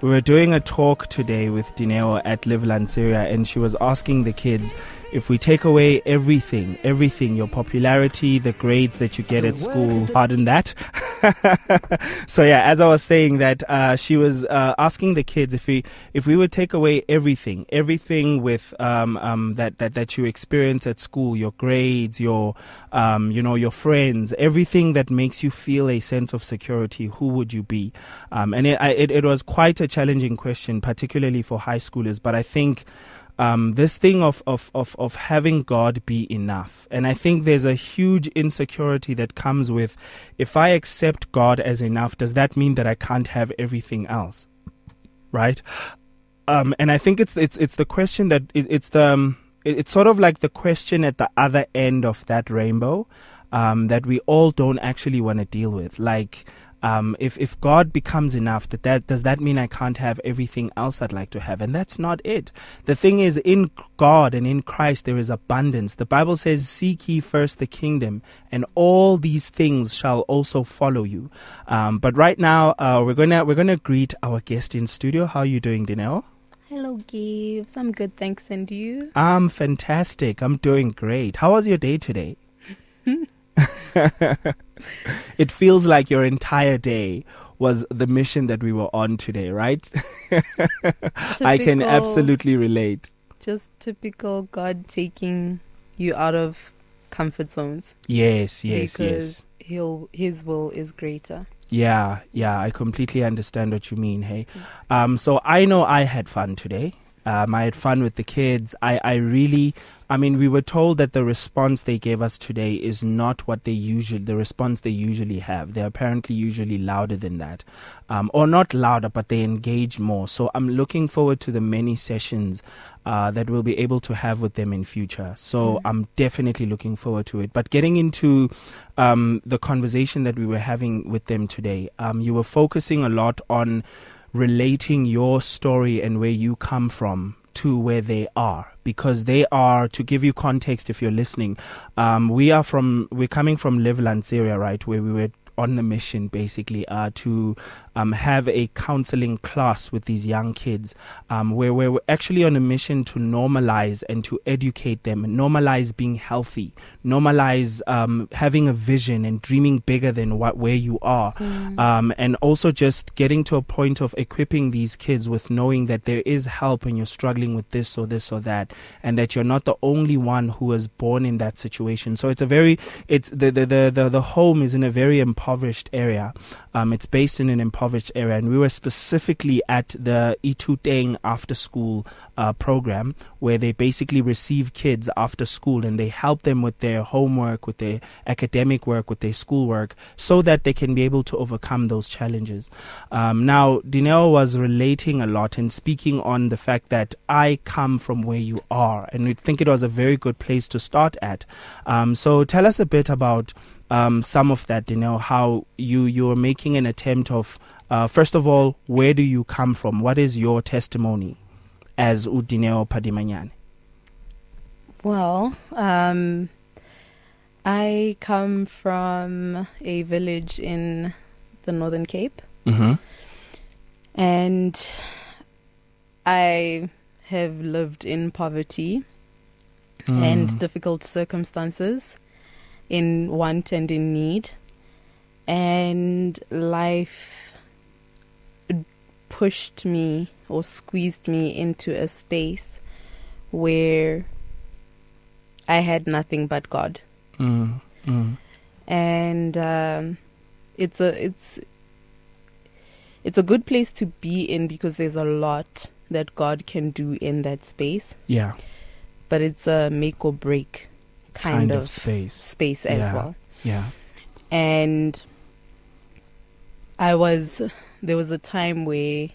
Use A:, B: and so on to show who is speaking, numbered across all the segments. A: We were doing a talk today with Dineo at Live Lanceria, and she was asking the kids if we take away everything, everything, your popularity, the grades that you get at school, pardon that. so yeah, as I was saying that, uh, she was uh, asking the kids if we if we would take away everything, everything with um, um, that that that you experience at school, your grades, your um, you know your friends, everything that makes you feel a sense of security, who would you be? Um, and it, I, it it was quite a challenging question, particularly for high schoolers. But I think um, this thing of, of, of, of having God be enough. And I think there's a huge insecurity that comes with if I accept God as enough, does that mean that I can't have everything else? Right? Um, and I think it's, it's, it's the question that it, it's the, um, it- it's sort of like the question at the other end of that rainbow um, that we all don't actually want to deal with. Like, um, if if God becomes enough, that, that does that mean I can't have everything else I'd like to have? And that's not it. The thing is, in God and in Christ there is abundance. The Bible says, "Seek ye first the kingdom, and all these things shall also follow you." Um, but right now, uh, we're gonna we're gonna greet our guest in studio. How are you doing, Dineo?
B: Hello, Gibbs. I'm good, thanks. And you?
A: I'm fantastic. I'm doing great. How was your day today? it feels like your entire day was the mission that we were on today, right? I can
B: Typical-
A: absolutely relate.
B: Just typical God taking you out of comfort zones.
A: Yes, yes, yes.
B: because He'll, His will is greater.
A: Yeah, yeah, I completely understand what you mean. Hey, um, so I know I had fun today. Um, I had fun with the kids. I, I really, I mean, we were told that the response they gave us today is not what they usually, the response they usually have. They're apparently usually louder than that. Um, or not louder, but they engage more. So I'm looking forward to the many sessions uh, that we'll be able to have with them in future. So I'm definitely looking forward to it. But getting into um, the conversation that we were having with them today, um, you were focusing a lot on relating your story and where you come from to where they are because they are to give you context if you're listening um, we are from we're coming from live lanceria right where we were on the mission basically uh, to um, have a counseling class with these young kids um, where we're actually on a mission to normalize and to educate them normalize being healthy normalize um, having a vision and dreaming bigger than what where you are um, and also just getting to a point of equipping these kids with knowing that there is help when you're struggling with this or this or that and that you're not the only one who was born in that situation so it's a very it's the the the, the, the home is in a very impoverished area um, it's based in an impoverished area and we were specifically at the Ituteng after school uh, program where they basically receive kids after school and they help them with their homework with their academic work with their schoolwork so that they can be able to overcome those challenges um, now Dineo was relating a lot and speaking on the fact that I come from where you are and we think it was a very good place to start at um, so tell us a bit about um, some of that, you know, how you you're making an attempt of, uh, first of all, where do you come from? What is your testimony as Udineo Padimanyan?
B: Well, um, I come from a village in the Northern Cape,
A: Mm-hmm.
B: and I have lived in poverty.
A: Hmm. Mm-hmm.
B: and difficult circumstances in want and in need. And life pushed me or squeezed me into a space where I had nothing but God.
A: mm, mm,
B: And um, it's a it's it's a good place to be in because there's a lot that God can do in that space,
A: yeah,
B: but it's a make or break
A: kind
B: kind, of,
A: of, space.
B: space as
A: Yeah.
B: well.
A: Yeah.
B: and I was there was a time where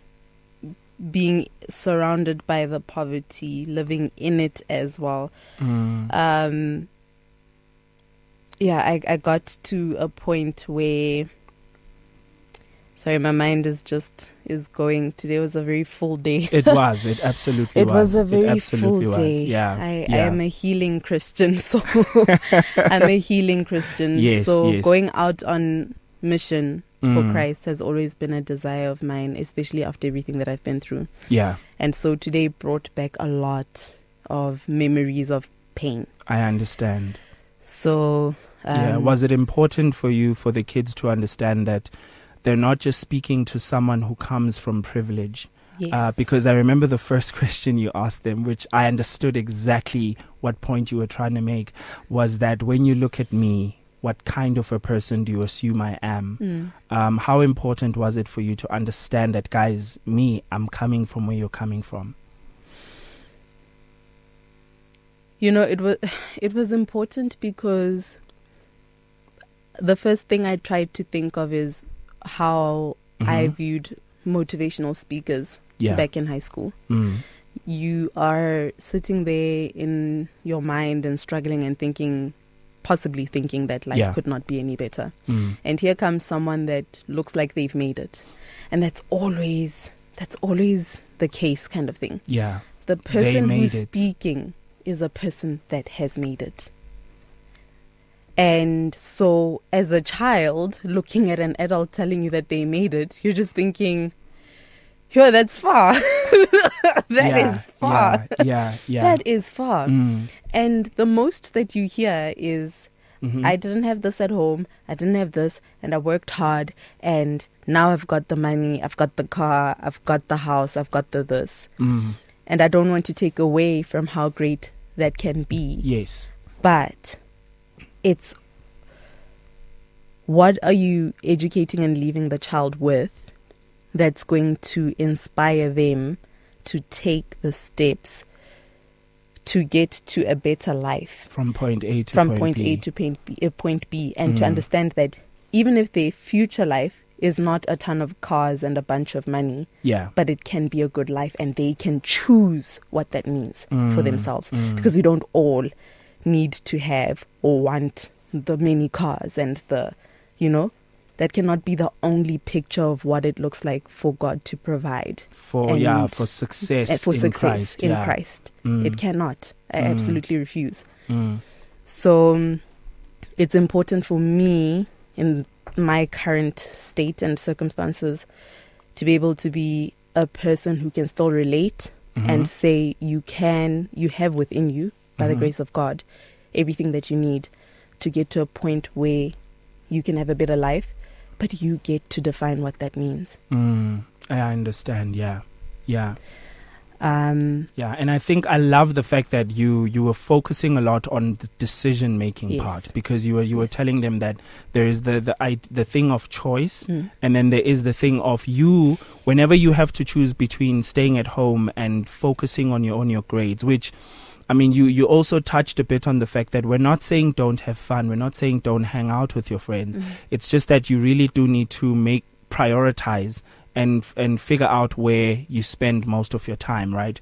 B: being surrounded by the poverty, living in it as well.
A: Mm,
B: Um, yeah, I, I got to a point where. Sorry, my mind is just is going. Today was a very full day.
A: it was. It absolutely
B: It was a
A: it
B: very full
A: absolutely was.
B: day.
A: Yeah.
B: I, I
A: yeah.
B: am a healing Christian, so I'm a healing Christian.
A: Yes,
B: so
A: yes.
B: going out on mission for
A: Mm.
B: Christ has always been a desire of mine, especially after everything that I've been through.
A: Yeah,
B: And so today brought back a lot of memories of pain.
A: I understand.
B: So, um,
A: yeah, was it important for you for the kids to understand that they're not just speaking to someone who comes from privilege?
B: yes.
A: Uh, because I remember the first question you asked them, which I understood exactly what point you were trying to make, was that when you look at me, what kind of a person do you assume I am?
B: Mm.
A: Um, how important was it for you to understand that, guys, me, I'm coming from where you're coming from?
B: You know, it was it was important because the first thing I tried to think of is how I
A: Mhm.
B: viewed motivational speakers
A: yeah.
B: back in high school.
A: Mm.
B: You are sitting there in your mind and struggling and thinking possibly thinking that life
A: Yeah.
B: could not be any better.
A: Mm.
B: And here comes someone that looks like they've made it. And that's always that's always the case kind of thing.
A: Yeah.
B: The person
A: made
B: who's
A: it.
B: speaking is a person that has made it. And so, as a child, looking at an adult telling you that they made it, you're just thinking, yo, that's far. That is
A: yeah,
B: far.
A: Yeah. Yeah. yeah.
B: That is far.
A: Mm.
B: And the most that you hear is,
A: Mhm.
B: I didn't have this at home. I didn't have this, and I worked hard, and now I've got the money, I've got the car, I've got the house, I've got the this
A: Mm.
B: and I don't want to take away from how great that can be.
A: Yes.
B: But it's what are you educating and leaving the child with that's going to inspire them to take the steps to get to a better life
A: From point A to
B: from
A: point,
B: point
A: B.
B: A to point B, uh, point B and to
A: Mm.
B: understand that even if their future life is not a ton of cars and a bunch of money,
A: Yeah.
B: but it can be a good life and they can choose what that means for
A: Mm,
B: themselves
A: mm.
B: because we don't all need to have or want the many cars and the you know that cannot be the only picture of what it looks like for God to provide
A: For yeah,
B: and-
A: for
B: eh,
A: success
B: for
A: in
B: success
A: Christ.
B: in
A: yeah.
B: Christ.
A: Mm.
B: It cannot. I
A: Mm.
B: absolutely refuse.
A: Mm.
B: So um, it's important for me in my current state and circumstances to be able to be a person who can still relate and
A: Mhm.
B: say you can you have within you by the
A: Mhm.
B: grace of god everything that you need to get to a point where you can have a better life but you get to define what that means
A: Mm, I understand. Yeah, yeah,
B: um
A: yeah. And I think I love the fact that you you were focusing a lot on the decision making
B: Yes.
A: part because you were you were
B: Yes.
A: telling them that there is the the I, the thing of choice,
B: mm,
A: Mm-hmm. and then there is the thing of you. Whenever you have to choose between staying at home and focusing on your on your grades, which I mean, you, you also touched a bit on the fact that we're not saying don't have fun. We're not saying don't hang out with your friends.
B: mm,
A: It's just that you really do need to make prioritize and and figure out where you spend most of your time, right?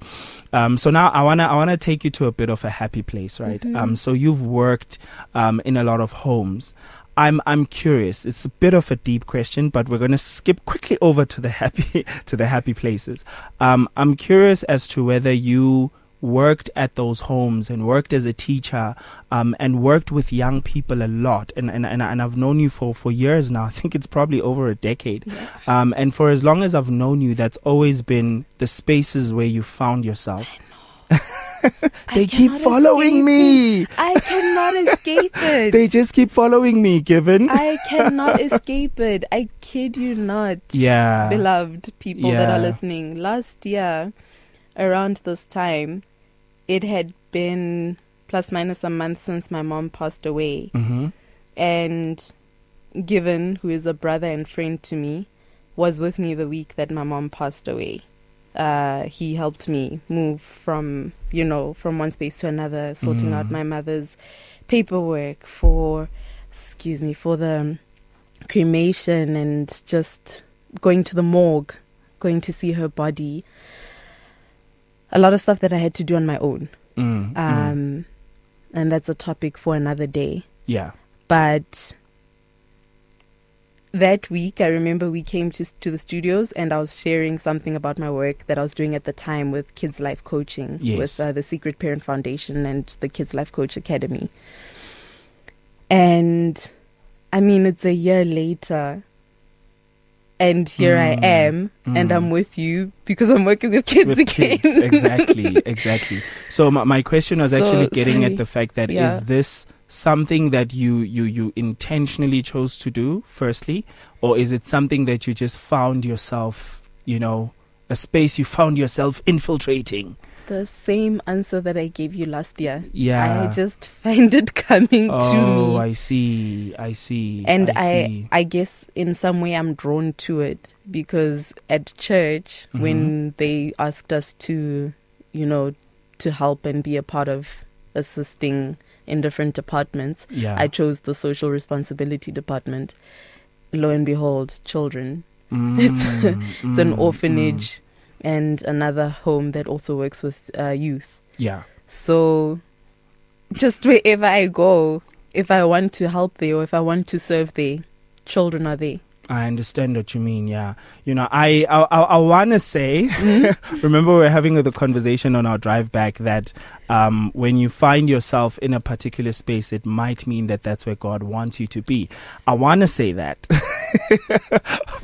A: Um, so now I wanna I wanna take you to a bit of a happy place, right?
B: Mhm.
A: Um, so you've worked um, in a lot of homes. I'm I'm curious. It's a bit of a deep question, but we're gonna skip quickly over to the happy to the happy places. Um, I'm curious as to whether you worked at those homes and worked as a teacher um, and worked with young people a lot and, and, and, and I've known you for, for years now I think it's probably over a decade
B: yeah.
A: um, and for as long as I've known you that's always been the spaces where you found yourself they
B: I
A: keep
B: cannot
A: following
B: escape
A: me
B: it. i cannot escape it
A: they just keep following me given
B: i cannot escape it i kid you not
A: yeah
B: beloved people that are
A: Yeah.
B: listening. Last year, around this time, it had been plus minus a month since my mom passed away.
A: mm-hmm.
B: And Given, who is a brother and friend to me, was with me the week that my mom passed away. Uh, he helped me move from, you know, from one space to another, sorting
A: Mm.
B: out my mother's paperwork for, excuse me, for the um, cremation and just going to the morgue, going to see her body. A lot of stuff that I had to do on my own.
A: mm mm.
B: Um, and that's a topic for another day
A: yeah
B: but that week i remember we came to, to the studios and i was sharing something about my work that i was doing at the time with kids life coaching
A: Yes.
B: with uh, the secret parent foundation and the kids life coach academy and i mean it's a year later and here
A: Mm,
B: I am, and
A: mm.
B: I'm with you because I'm working with kids
A: With
B: again.
A: kids. exactly, exactly. So my, my question was
B: So,
A: actually getting
B: sorry.
A: at the fact that is
B: Yeah.
A: this something that you you you intentionally chose to do firstly, or is it something that you just found yourself, you know, a space you found yourself infiltrating?
B: the same answer that I gave you last year.
A: Yeah.
B: I just find it coming
A: Ah. oh,
B: to me.
A: I see. I see.
B: and
A: see.
B: I, I guess in some way I'm drawn to it because at church,
A: Mm-hmm.
B: when they asked us to, you know, to help and be a part of assisting in different departments,
A: yeah.
B: I chose the social responsibility department. Lo and behold, children. it's-
A: Mm,
B: It's an
A: mm, mm.
B: orphanage and another home that also works with uh, youth.
A: Yeah.
B: So just wherever I go, if I want to help there or if I want to serve there, children are there.
A: I understand what you mean. Yeah, you know, I I, I, I want to say. remember, we are having the conversation on our drive back that um, when you find yourself in a particular space, it might mean that that's where God wants you to be. I want to say that,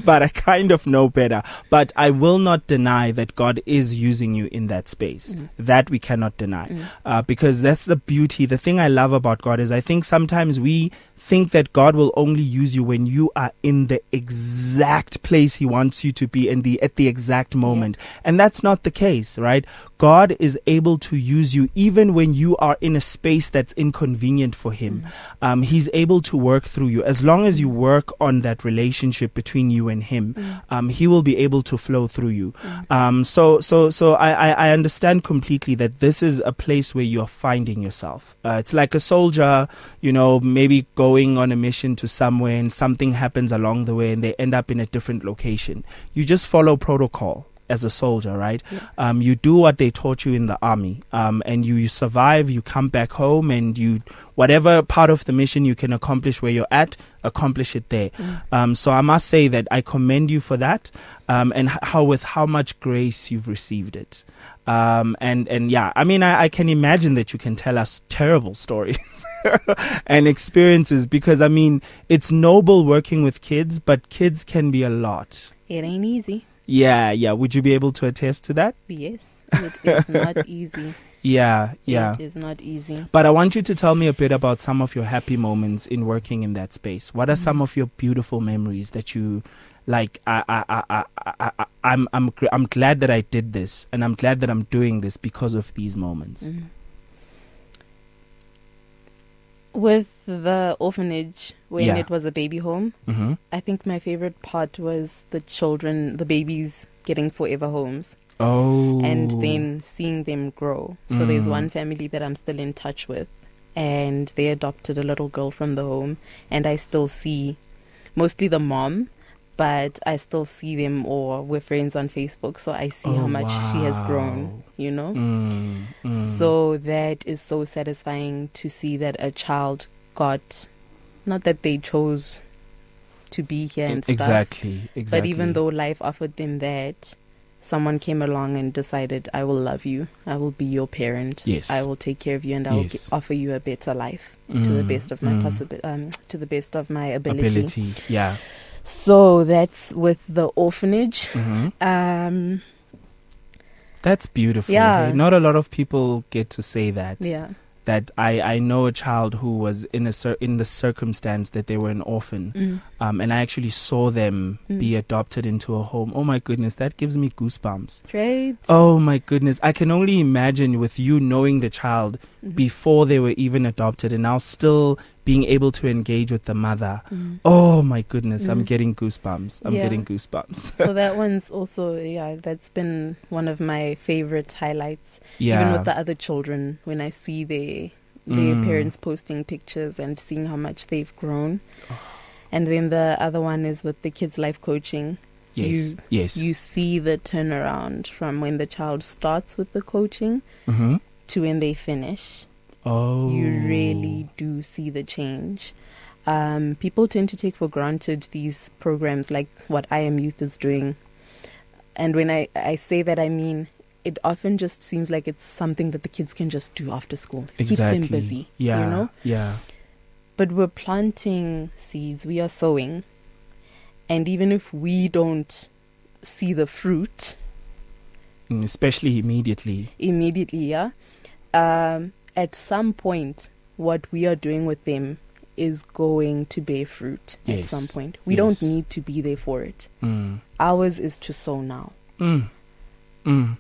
A: but I kind of know better. But I will not deny that God is using you in that space.
B: Mm.
A: That we cannot deny
B: Mm.
A: uh, because that's the beauty. The thing I love about God is I think sometimes we think that God will only use you when you are in the exact place He wants you to be and the at the exact moment, and that's not the case, right? God is able to use you even when you are in a space that's inconvenient for Him.
B: Mm-hmm.
A: Um, he's able to work through you as long as you work on that relationship between you and Him.
B: Mm.
A: Um, he will be able to flow through you.
B: Mm.
A: Um, so, so, so I, I, I understand completely that this is a place where you are finding yourself. Uh, it's like a soldier, you know, maybe going on a mission to somewhere and something happens along the way and they end up in a different location. You just follow protocol as a soldier, right?
B: Yeah.
A: Um, you do what they taught you in the army, um, and you, you survive. You come back home and you, whatever part of the mission you can accomplish where you're at, accomplish it there.
B: Mm.
A: Um, so I must say that I commend you for that, um, and h- how with how much grace you've received it. Um, and and yeah, I mean, I, I can imagine that you can tell us terrible stories and experiences because I mean, it's noble working with kids, but kids can be a lot.
B: It ain't easy.
A: Yeah, yeah. Would you be able to attest to that?
B: Yes, it is not easy.
A: Yeah, yeah.
B: It is not easy.
A: But I want you to tell me a bit about some of your happy moments in working in that space. What
B: Mm-hmm.
A: are some of your beautiful memories that you like? I, I, I, I, I, I, I'm, I'm, gr- I'm glad that I did this, and I'm glad that I'm doing this because of these moments.
B: Mm. With the orphanage, when
A: Yeah.
B: it was a baby home,
A: Mm-hmm.
B: I think my favorite part was the children, the babies getting forever homes
A: Oh,
B: and then seeing them grow. So there's
A: Mm.
B: one family that I'm still in touch with, and they adopted a little girl from the home, and I still see mostly the mom. But I still see them, or we're friends on Facebook, so I see how
A: Oh,
B: much she has grown,
A: wow.
B: you know?
A: Mm, mm.
B: So that is so satisfying to see that a child got, not that they chose to be here and stuff,
A: E- exactly, exactly.
B: but even though life offered them that, someone came along and decided, I will love you, I will be your parent,
A: Yes.
B: I will take care of you, and I will
A: Yes.
B: gi- offer you a better life to the
A: Mm,
B: best of my
A: mm.
B: possible, um, to the best of my ability.
A: ability, yeah.
B: So that's with the orphanage.
A: hmm
B: Um,
A: That's beautiful. hey?
B: Yeah.
A: Not a lot of people get to say that.
B: yeah,
A: that I, I know a child who was in a cir- in the circumstance that they were an orphan,
B: Mm.
A: um, and I actually saw them
B: Mm.
A: be adopted into a home. Oh my goodness, that gives me goosebumps.
B: great.
A: Oh my goodness, I can only imagine with you knowing the child
B: Mhm.
A: before they were even adopted, and now still being able to engage with the mother.
B: Mm.
A: Oh my goodness, I'm
B: Mm.
A: getting goosebumps. I'm
B: Yeah.
A: getting goosebumps.
B: so that one's also yeah that's been one of my favorite highlights
A: yeah,
B: even with the other children when i see their their
A: Mm.
B: parents posting pictures and seeing how much they've grown
A: Oh.
B: and then the other one is with the kids life coaching
A: yes,
B: you-
A: yes.
B: you see the turnaround from when the child starts with the coaching
A: hmm
B: to when they finish
A: Oh,
B: you really do see the change um, people tend to take for granted these programs like what I Am Youth is doing. And when I, I say that, I mean it often just seems like it's something that the kids can just do after school. It
A: exactly.
B: Keeps them busy,
A: Yeah,
B: you know?
A: yeah.
B: But we're planting seeds, we are sowing. And even if we don't see the fruit
A: Mm, especially immediately.
B: immediately, yeah, um, at some point, what we are doing with them is going to bear fruit at
A: Yes.
B: some point. We
A: Yes.
B: don't need to be there for it.
A: Mm.
B: Ours is to sow now.
A: Mm. Mm.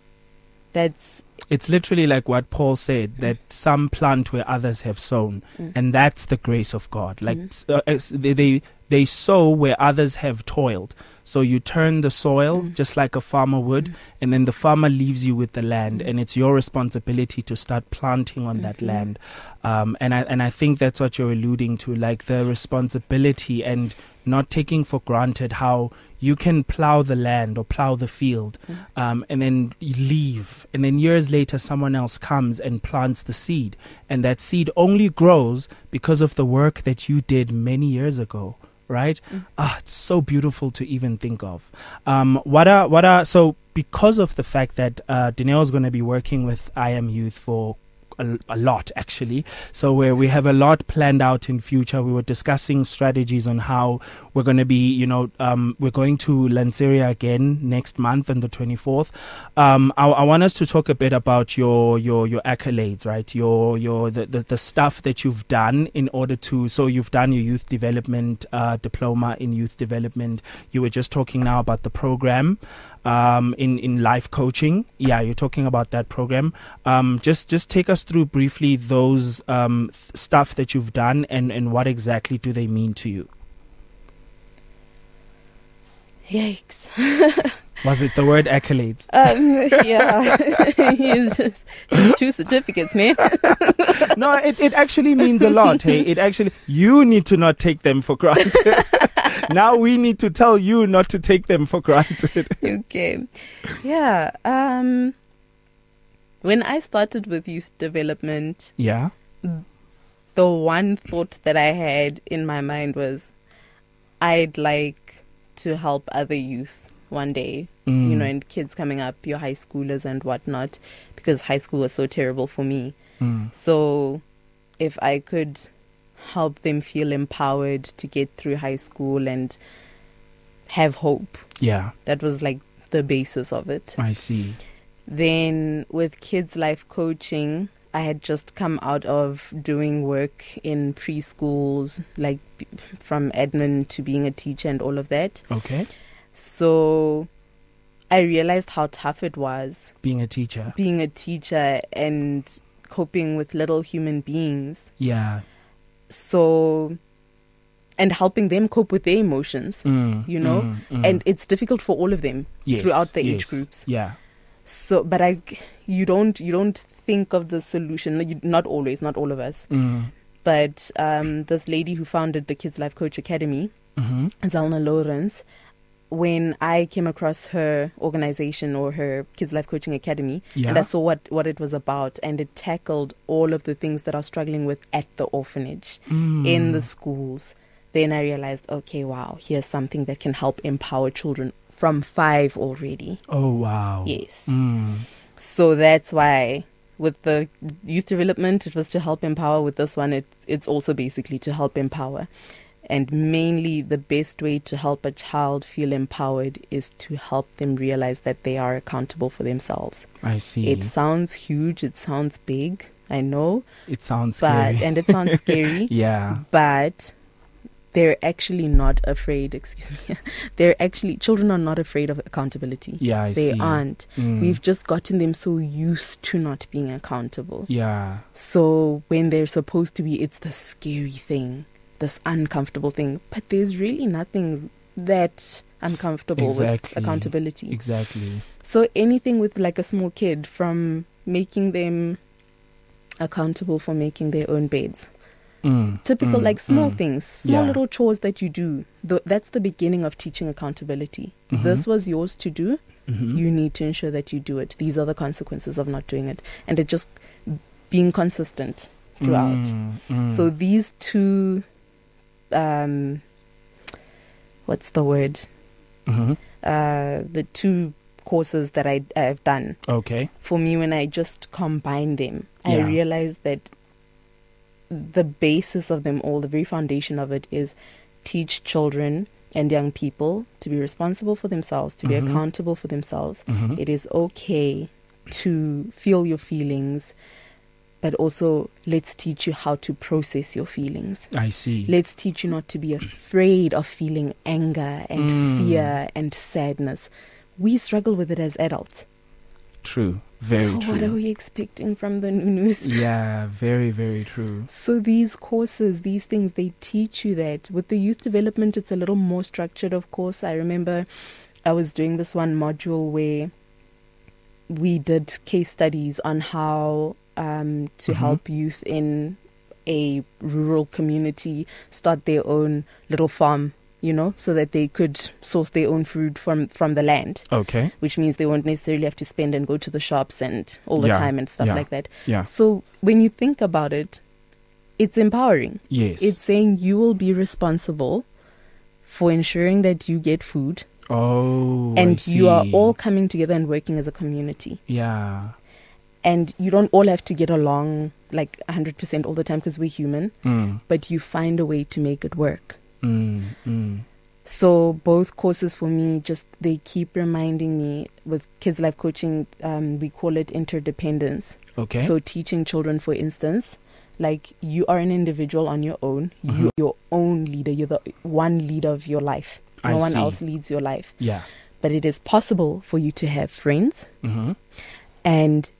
B: That's
A: It's literally like what Paul said that some plant where others have sown,
B: Mm.
A: and that's the grace of God. Like
B: Mm.
A: s- uh, as they, they they sow where others have toiled. So you turn the soil
B: Mm.
A: just like a farmer would, and then the farmer leaves you with the land,
B: Mm.
A: and it's your responsibility to start planting on that
B: Mhm.
A: land. Um, and I and I think that's what you're alluding to, like the responsibility and not taking for granted how you can plow the land or plow the field
B: Mm.
A: um, and then you leave and then years later someone else comes and plants the seed and that seed only grows because of the work that you did many years ago right
B: Mm.
A: ah it's so beautiful to even think of um, what are what are so because of the fact that uh, Dineo's going to be working with I am Youth for a, a lot actually so where we have a lot planned out in future we were discussing strategies on how we're going to be you know um, we're going to Lanseria again next month on the 24th um, I, I want us to talk a bit about your your your accolades right your your the, the, the stuff that you've done in order to so you've done your youth development uh, diploma in youth development you were just talking now about the program um, in in life coaching yeah you're talking about that program um, just just take us through briefly those um, th- stuff that you've done and and what exactly do they mean to you
B: yikes.
A: was it the word accolades
B: Um, yeah, it's just, just two certificates, man.
A: no it, it actually means a lot hey it actually you need to not take them for granted now we need to tell you not to take them for granted
B: okay. Yeah. Um, when I started with youth development,
A: yeah
B: the one thought that I had in my mind was I'd like to help other youth one day,
A: Mm,
B: you know, and kids coming up, your high schoolers and whatnot, because high school was so terrible for me.
A: Mm.
B: So, if I could help them feel empowered to get through high school and have hope,
A: yeah
B: that was like the basis of it.
A: i see
B: Then, with kids' life coaching, I had just come out of doing work in preschools, like b- from admin to being a teacher and all of that.
A: okay
B: So, I realized how tough it was
A: being a teacher
B: being a teacher and coping with little human beings.
A: yeah
B: so and helping them cope with their emotions
A: Mm,
B: You know,
A: mm, mm.
B: and it's difficult for all of them
A: Yes,
B: throughout the age
A: yes,
B: groups.
A: yeah
B: so but i you don't you don't think of the solution like, you- not always not all of us
A: mm.
B: but um, this lady who founded the kids life coach academy
A: hmm
B: zalna lawrence when i came across her organization or her kids life coaching academy
A: yeah
B: and i saw what, what it was about and it tackled all of the things that are struggling with at the orphanage
A: Mm.
B: in the schools, then I realized, okay, wow, here's something that can help empower children from five already.
A: oh wow
B: Yes.
A: mm.
B: So that's why with the youth development, it was to help empower. With this one, it, it's also basically to help empower. And mainly, the best way to help a child feel empowered is to help them realize that they are accountable for themselves.
A: i see
B: It sounds huge, it sounds big, I know,
A: it sounds
B: but,
A: scary
B: and it sounds scary
A: yeah
B: but they're actually not afraid excuse me they're actually children are not afraid of accountability
A: yeah i
B: they
A: see
B: aren't
A: Mm.
B: we've just gotten them so used to not being accountable
A: yeah
B: so when they're supposed to be it's the scary thing this uncomfortable thing but there's really nothing that uncomfortable
A: exactly.
B: with accountability
A: exactly
B: so anything with like a small kid from making them accountable for making their own beds
A: Mm,
B: typical
A: mm,
B: like small
A: mm.
B: things small
A: Yeah.
B: little chores that you do Th that's the beginning of teaching accountability
A: Mhm.
B: this was yours to do
A: Mhm.
B: you need to ensure that you do it these are the consequences of not doing it and it just being consistent throughout
A: Mm, mm.
B: so these two um what's the word
A: Mhm.
B: uh the two courses that I, i've done
A: okay
B: for me when i just combine them i
A: Yeah.
B: realize that the basis of them all the very foundation of it is teach children and young people to be responsible for themselves, to
A: Mhm.
B: be accountable for themselves.
A: Mhm.
B: It is okay to feel your feelings, but also let's teach you how to process your feelings.
A: I see.
B: Let's teach you not to be afraid of feeling anger and
A: Mm.
B: fear and sadness. We struggle with it as adults.
A: true. Very
B: so, what are
A: true.
B: we expecting from the news?
A: Yeah, very, very true.
B: So these courses, these things, they teach you that. With the youth development, it's a little more structured, of course. I remember I was doing this one module where we did case studies on how um, to
A: Mhm.
B: help youth in a rural community start their own little farm, you know, so that they could source their own food from from the land
A: Okay.
B: which means they won't necessarily have to spend and go to the shops and all the
A: Yeah,
B: time and stuff
A: yeah,
B: like that.
A: yeah.
B: So when you think about it, it's empowering.
A: Yes.
B: It's saying you will be responsible for ensuring that you get food
A: oh. I
B: and you are
A: see.
B: all coming together and working as a community.
A: Yeah.
B: And you don't all have to get along like 100% all the time because we're human,
A: Mm.
B: but you find a way to make it work.
A: Mm. Mm.
B: So both courses for me just they keep reminding me with kids life coaching um, we call it interdependence.
A: Okay.
B: So teaching children, for instance, like you are an individual on your own.
A: Mhm.
B: You're your own leader. You're the one leader of your life. No
A: I
B: one
A: see.
B: else leads your life.
A: yeah.
B: But it is possible for you to have friends
A: Mm-hmm.
B: and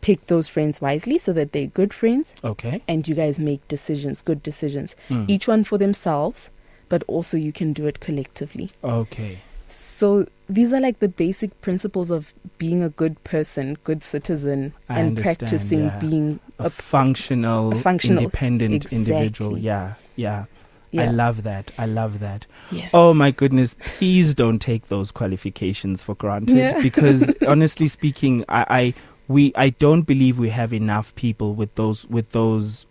B: pick those friends wisely so that they're good friends
A: Okay.
B: and you guys make decisions, good decisions,
A: Mm.
B: each one for themselves, but also you can do it collectively.
A: Okay.
B: So these are like the basic principles of being a good person, good citizen,
A: I
B: and
A: understand,
B: practicing
A: yeah.
B: being
A: A,
B: a
A: functional,
B: a functional-
A: independent individual.
B: Exactly.
A: Yeah. Yeah. I
B: yeah,
A: love that. I love that.
B: yeah.
A: Oh my goodness, please don't take those qualifications for granted
B: Yeah.
A: because honestly speaking, I, I we I don't believe we have enough people with those with those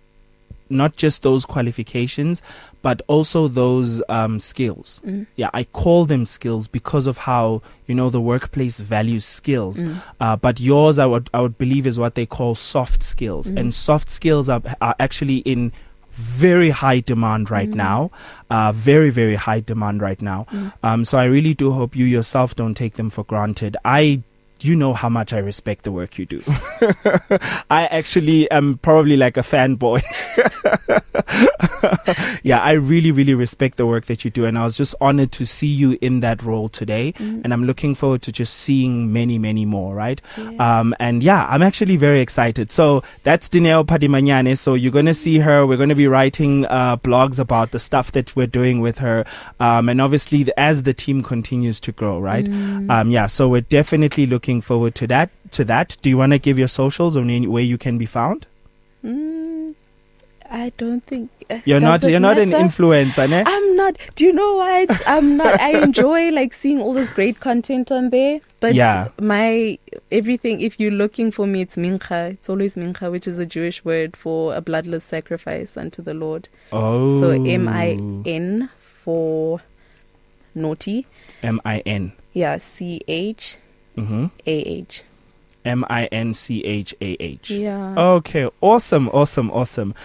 A: not just those qualifications but also those um, skills.
B: Mm.
A: Yeah, I call them skills because of how, you know, the workplace values skills.
B: Mm.
A: Uh, but yours, I would, I would believe, is what they call soft skills.
B: Mhm.
A: And soft skills are, are actually in very high demand right
B: Mhm.
A: now. Uh, very, very high demand right now.
B: Mm.
A: Um, so I really do hope you yourself don't take them for granted. I. You know how much I respect the work you do. I actually am probably like a fanboy. yeah, I really, really respect the work that you do. And I was just honored to see you in that role today.
B: Mm.
A: And I'm looking forward to just seeing many, many more, right?
B: Yeah.
A: Um, and yeah, I'm actually very excited. So that's Dineo Padimanyane. So you're going to see her. We're going to be writing uh, blogs about the stuff that we're doing with her. Um, and obviously, the, as the team continues to grow, right?
B: Mm.
A: Um, yeah, so we're definitely looking forward to that. To that, do you want to give your socials or any where you can be found?
B: Mm, I don't think uh,
A: You're
B: does
A: not
B: it
A: you're not an
B: matter?
A: influencer, ne?
B: I'm not. Do you know what? I'm not. I enjoy like seeing all this great content on there, but
A: Yeah.
B: my everything. If you're looking for me, it's mincha. It's always mincha, which is a Jewish word for a bloodless sacrifice unto the Lord.
A: Oh,
B: Ah, So M I N for naughty.
A: M I N.
B: Yeah, C H
A: Mhm.
B: A H.
A: M I N C H A H.
B: Yeah.
A: Okay, awesome, awesome, awesome.